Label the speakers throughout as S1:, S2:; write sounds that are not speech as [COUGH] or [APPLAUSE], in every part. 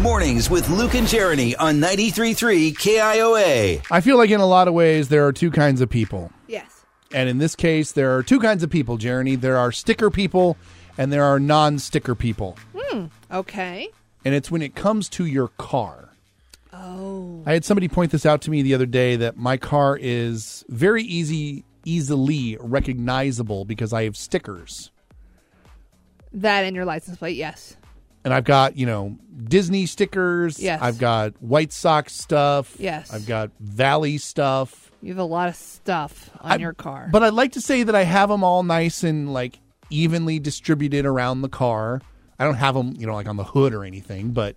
S1: Mornings with Luke and Jeremy on 93.3 KIOA.
S2: I feel like in a lot of ways there are two kinds of people.
S3: Yes.
S2: And in this case, there are two kinds of people, Jeremy. There are sticker people and there are non sticker people.
S3: Okay.
S2: And it's when it comes to your car.
S3: Oh.
S2: I had somebody point this out to me the other day that my car is very easy easily recognizable because I have stickers.
S3: That and your license plate, yes.
S2: And I've got, you know, Disney stickers.
S3: Yes.
S2: I've got White Sox stuff.
S3: Yes.
S2: I've got Valley stuff.
S3: You have a lot of stuff on
S2: I-
S3: your car.
S2: But I'd like to say that I have them all nice and like evenly distributed around the car. I don't have them, you know, like on the hood or anything, but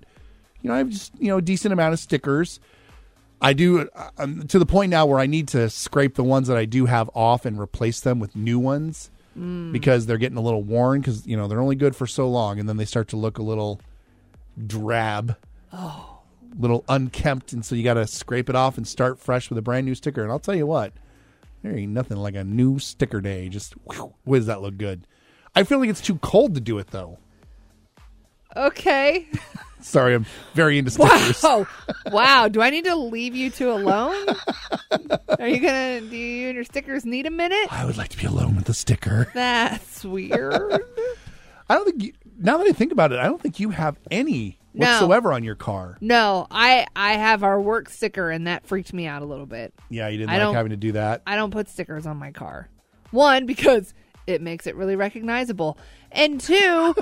S2: you know, I have just, you know, a decent amount of stickers. I do I'm to the point now where I need to scrape the ones that I do have off and replace them with new ones
S3: Mm.
S2: because they're getting a little worn cuz you know, they're only good for so long and then they start to look a little drab. Oh. Little unkempt and so you got to scrape it off and start fresh with a brand new sticker. And I'll tell you what, there ain't nothing like a new sticker day. Just whew, boy, does that look good? I feel like it's too cold to do it though. [LAUGHS]
S3: okay.
S2: Sorry, I'm very into stickers.
S3: Wow. wow. Do I need to leave you two alone? Are you going to, do you and your stickers need a minute?
S2: [LAUGHS] I would like to be alone with a sticker.
S3: That's weird.
S2: I don't think you, now that I think about it, I don't think you have any
S3: No.
S2: whatsoever on your car.
S3: No, I I have our work sticker and that freaked me out a little bit.
S2: Yeah, you didn't
S3: I
S2: like
S3: don't-
S2: having to do that.
S3: I don't put stickers on my car. One, because it makes it really recognizable. And [LAUGHS] two,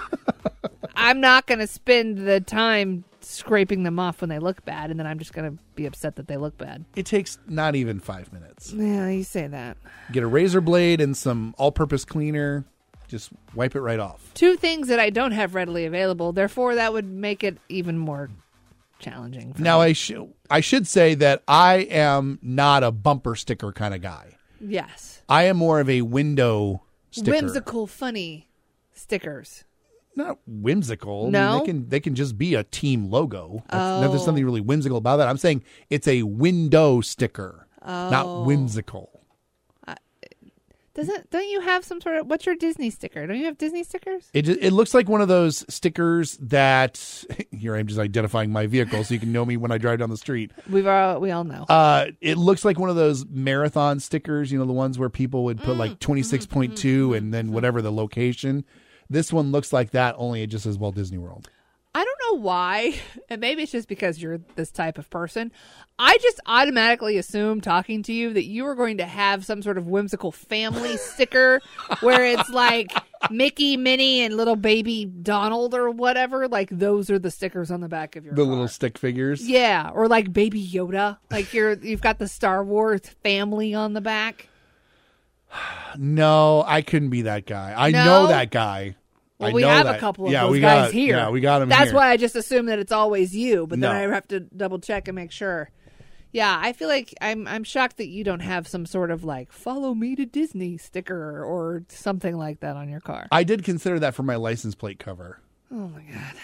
S3: I'm not going to spend the time scraping them off when they look bad, and then I'm just going to be upset that they look bad.
S2: It takes not even five minutes.
S3: Yeah, you say that.
S2: Get a razor blade and some all-purpose cleaner. Just wipe it right off.
S3: Two things that I don't have readily available, therefore, that would make it even more challenging. for
S2: Now
S3: me.
S2: I should I should say that I am not a bumper sticker kind of guy.
S3: yes.
S2: I am more of a window sticker.
S3: Whimsical, funny stickers.
S2: not whimsical. I mean,
S3: No?
S2: they can they can just be a team logo. That's,
S3: Oh.
S2: There's something really whimsical about that. I'm saying it's a window sticker, not
S3: Oh.
S2: whimsical.
S3: Doesn't don't you have some sort of what's your Disney sticker? Don't you have Disney stickers?
S2: It ju- it looks like one of those stickers that [LAUGHS] here I am just identifying my vehicle so you can know me when I drive down the street.
S3: We've all we all know.
S2: Uh, it looks like one of those marathon stickers, you know, the ones where people would put
S3: Mm,
S2: like 26.2 and then whatever the location. This one looks like that, only it just says Walt Disney World.
S3: I don't know why, [LAUGHS] and maybe it's just because you're this type of person. I just automatically assume talking to you that you are going to have some sort of whimsical family sticker where it's like Mickey, Minnie, and little baby Donald or whatever. Like those are the stickers on the back of your
S2: The
S3: car.
S2: little stick figures.
S3: yeah, or like baby Yoda. Like you're you've got the Star Wars family on the back.
S2: No, I couldn't be that guy. I
S3: No?
S2: know that guy.
S3: Well,
S2: I
S3: we
S2: know
S3: have
S2: that.
S3: a couple of
S2: yeah,
S3: those
S2: we
S3: guys
S2: got,
S3: here.
S2: Yeah, we got him.
S3: That's
S2: here.
S3: why I just assume that it's always you, but then
S2: No.
S3: I have to double check and make sure. Yeah, I feel like I'm I'm shocked that you don't have some sort of like "Follow me to Disney" sticker or something like that on your car.
S2: I did consider that for my license plate cover.
S3: Oh my god,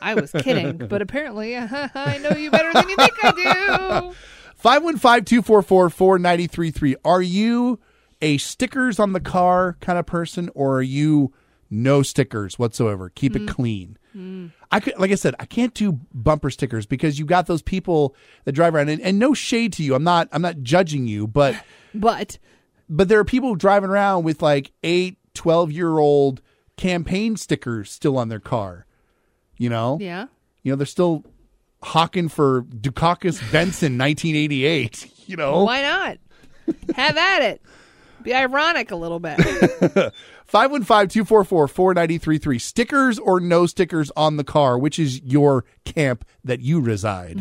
S3: I was kidding, but apparently [LAUGHS] I know you better than you think I do.
S2: 515-244-4933. Are you a stickers on the car kind of person or are you no stickers whatsoever? Keep
S3: Mm.
S2: it clean. I could, like I said, I can't do bumper stickers because you got those people that drive around and, and no shade to you. I'm not, I'm not judging you, but
S3: [LAUGHS] But
S2: but there are people driving around with like eight, 12 year old campaign stickers still on their car. You know?
S3: yeah,
S2: You know, they're still hawking for Dukakis Benson 1988. [LAUGHS] You know?
S3: why not? Have at it. Be ironic a little bit.
S2: 515 244 4933. Stickers or no stickers on the car? Which is your camp that you reside?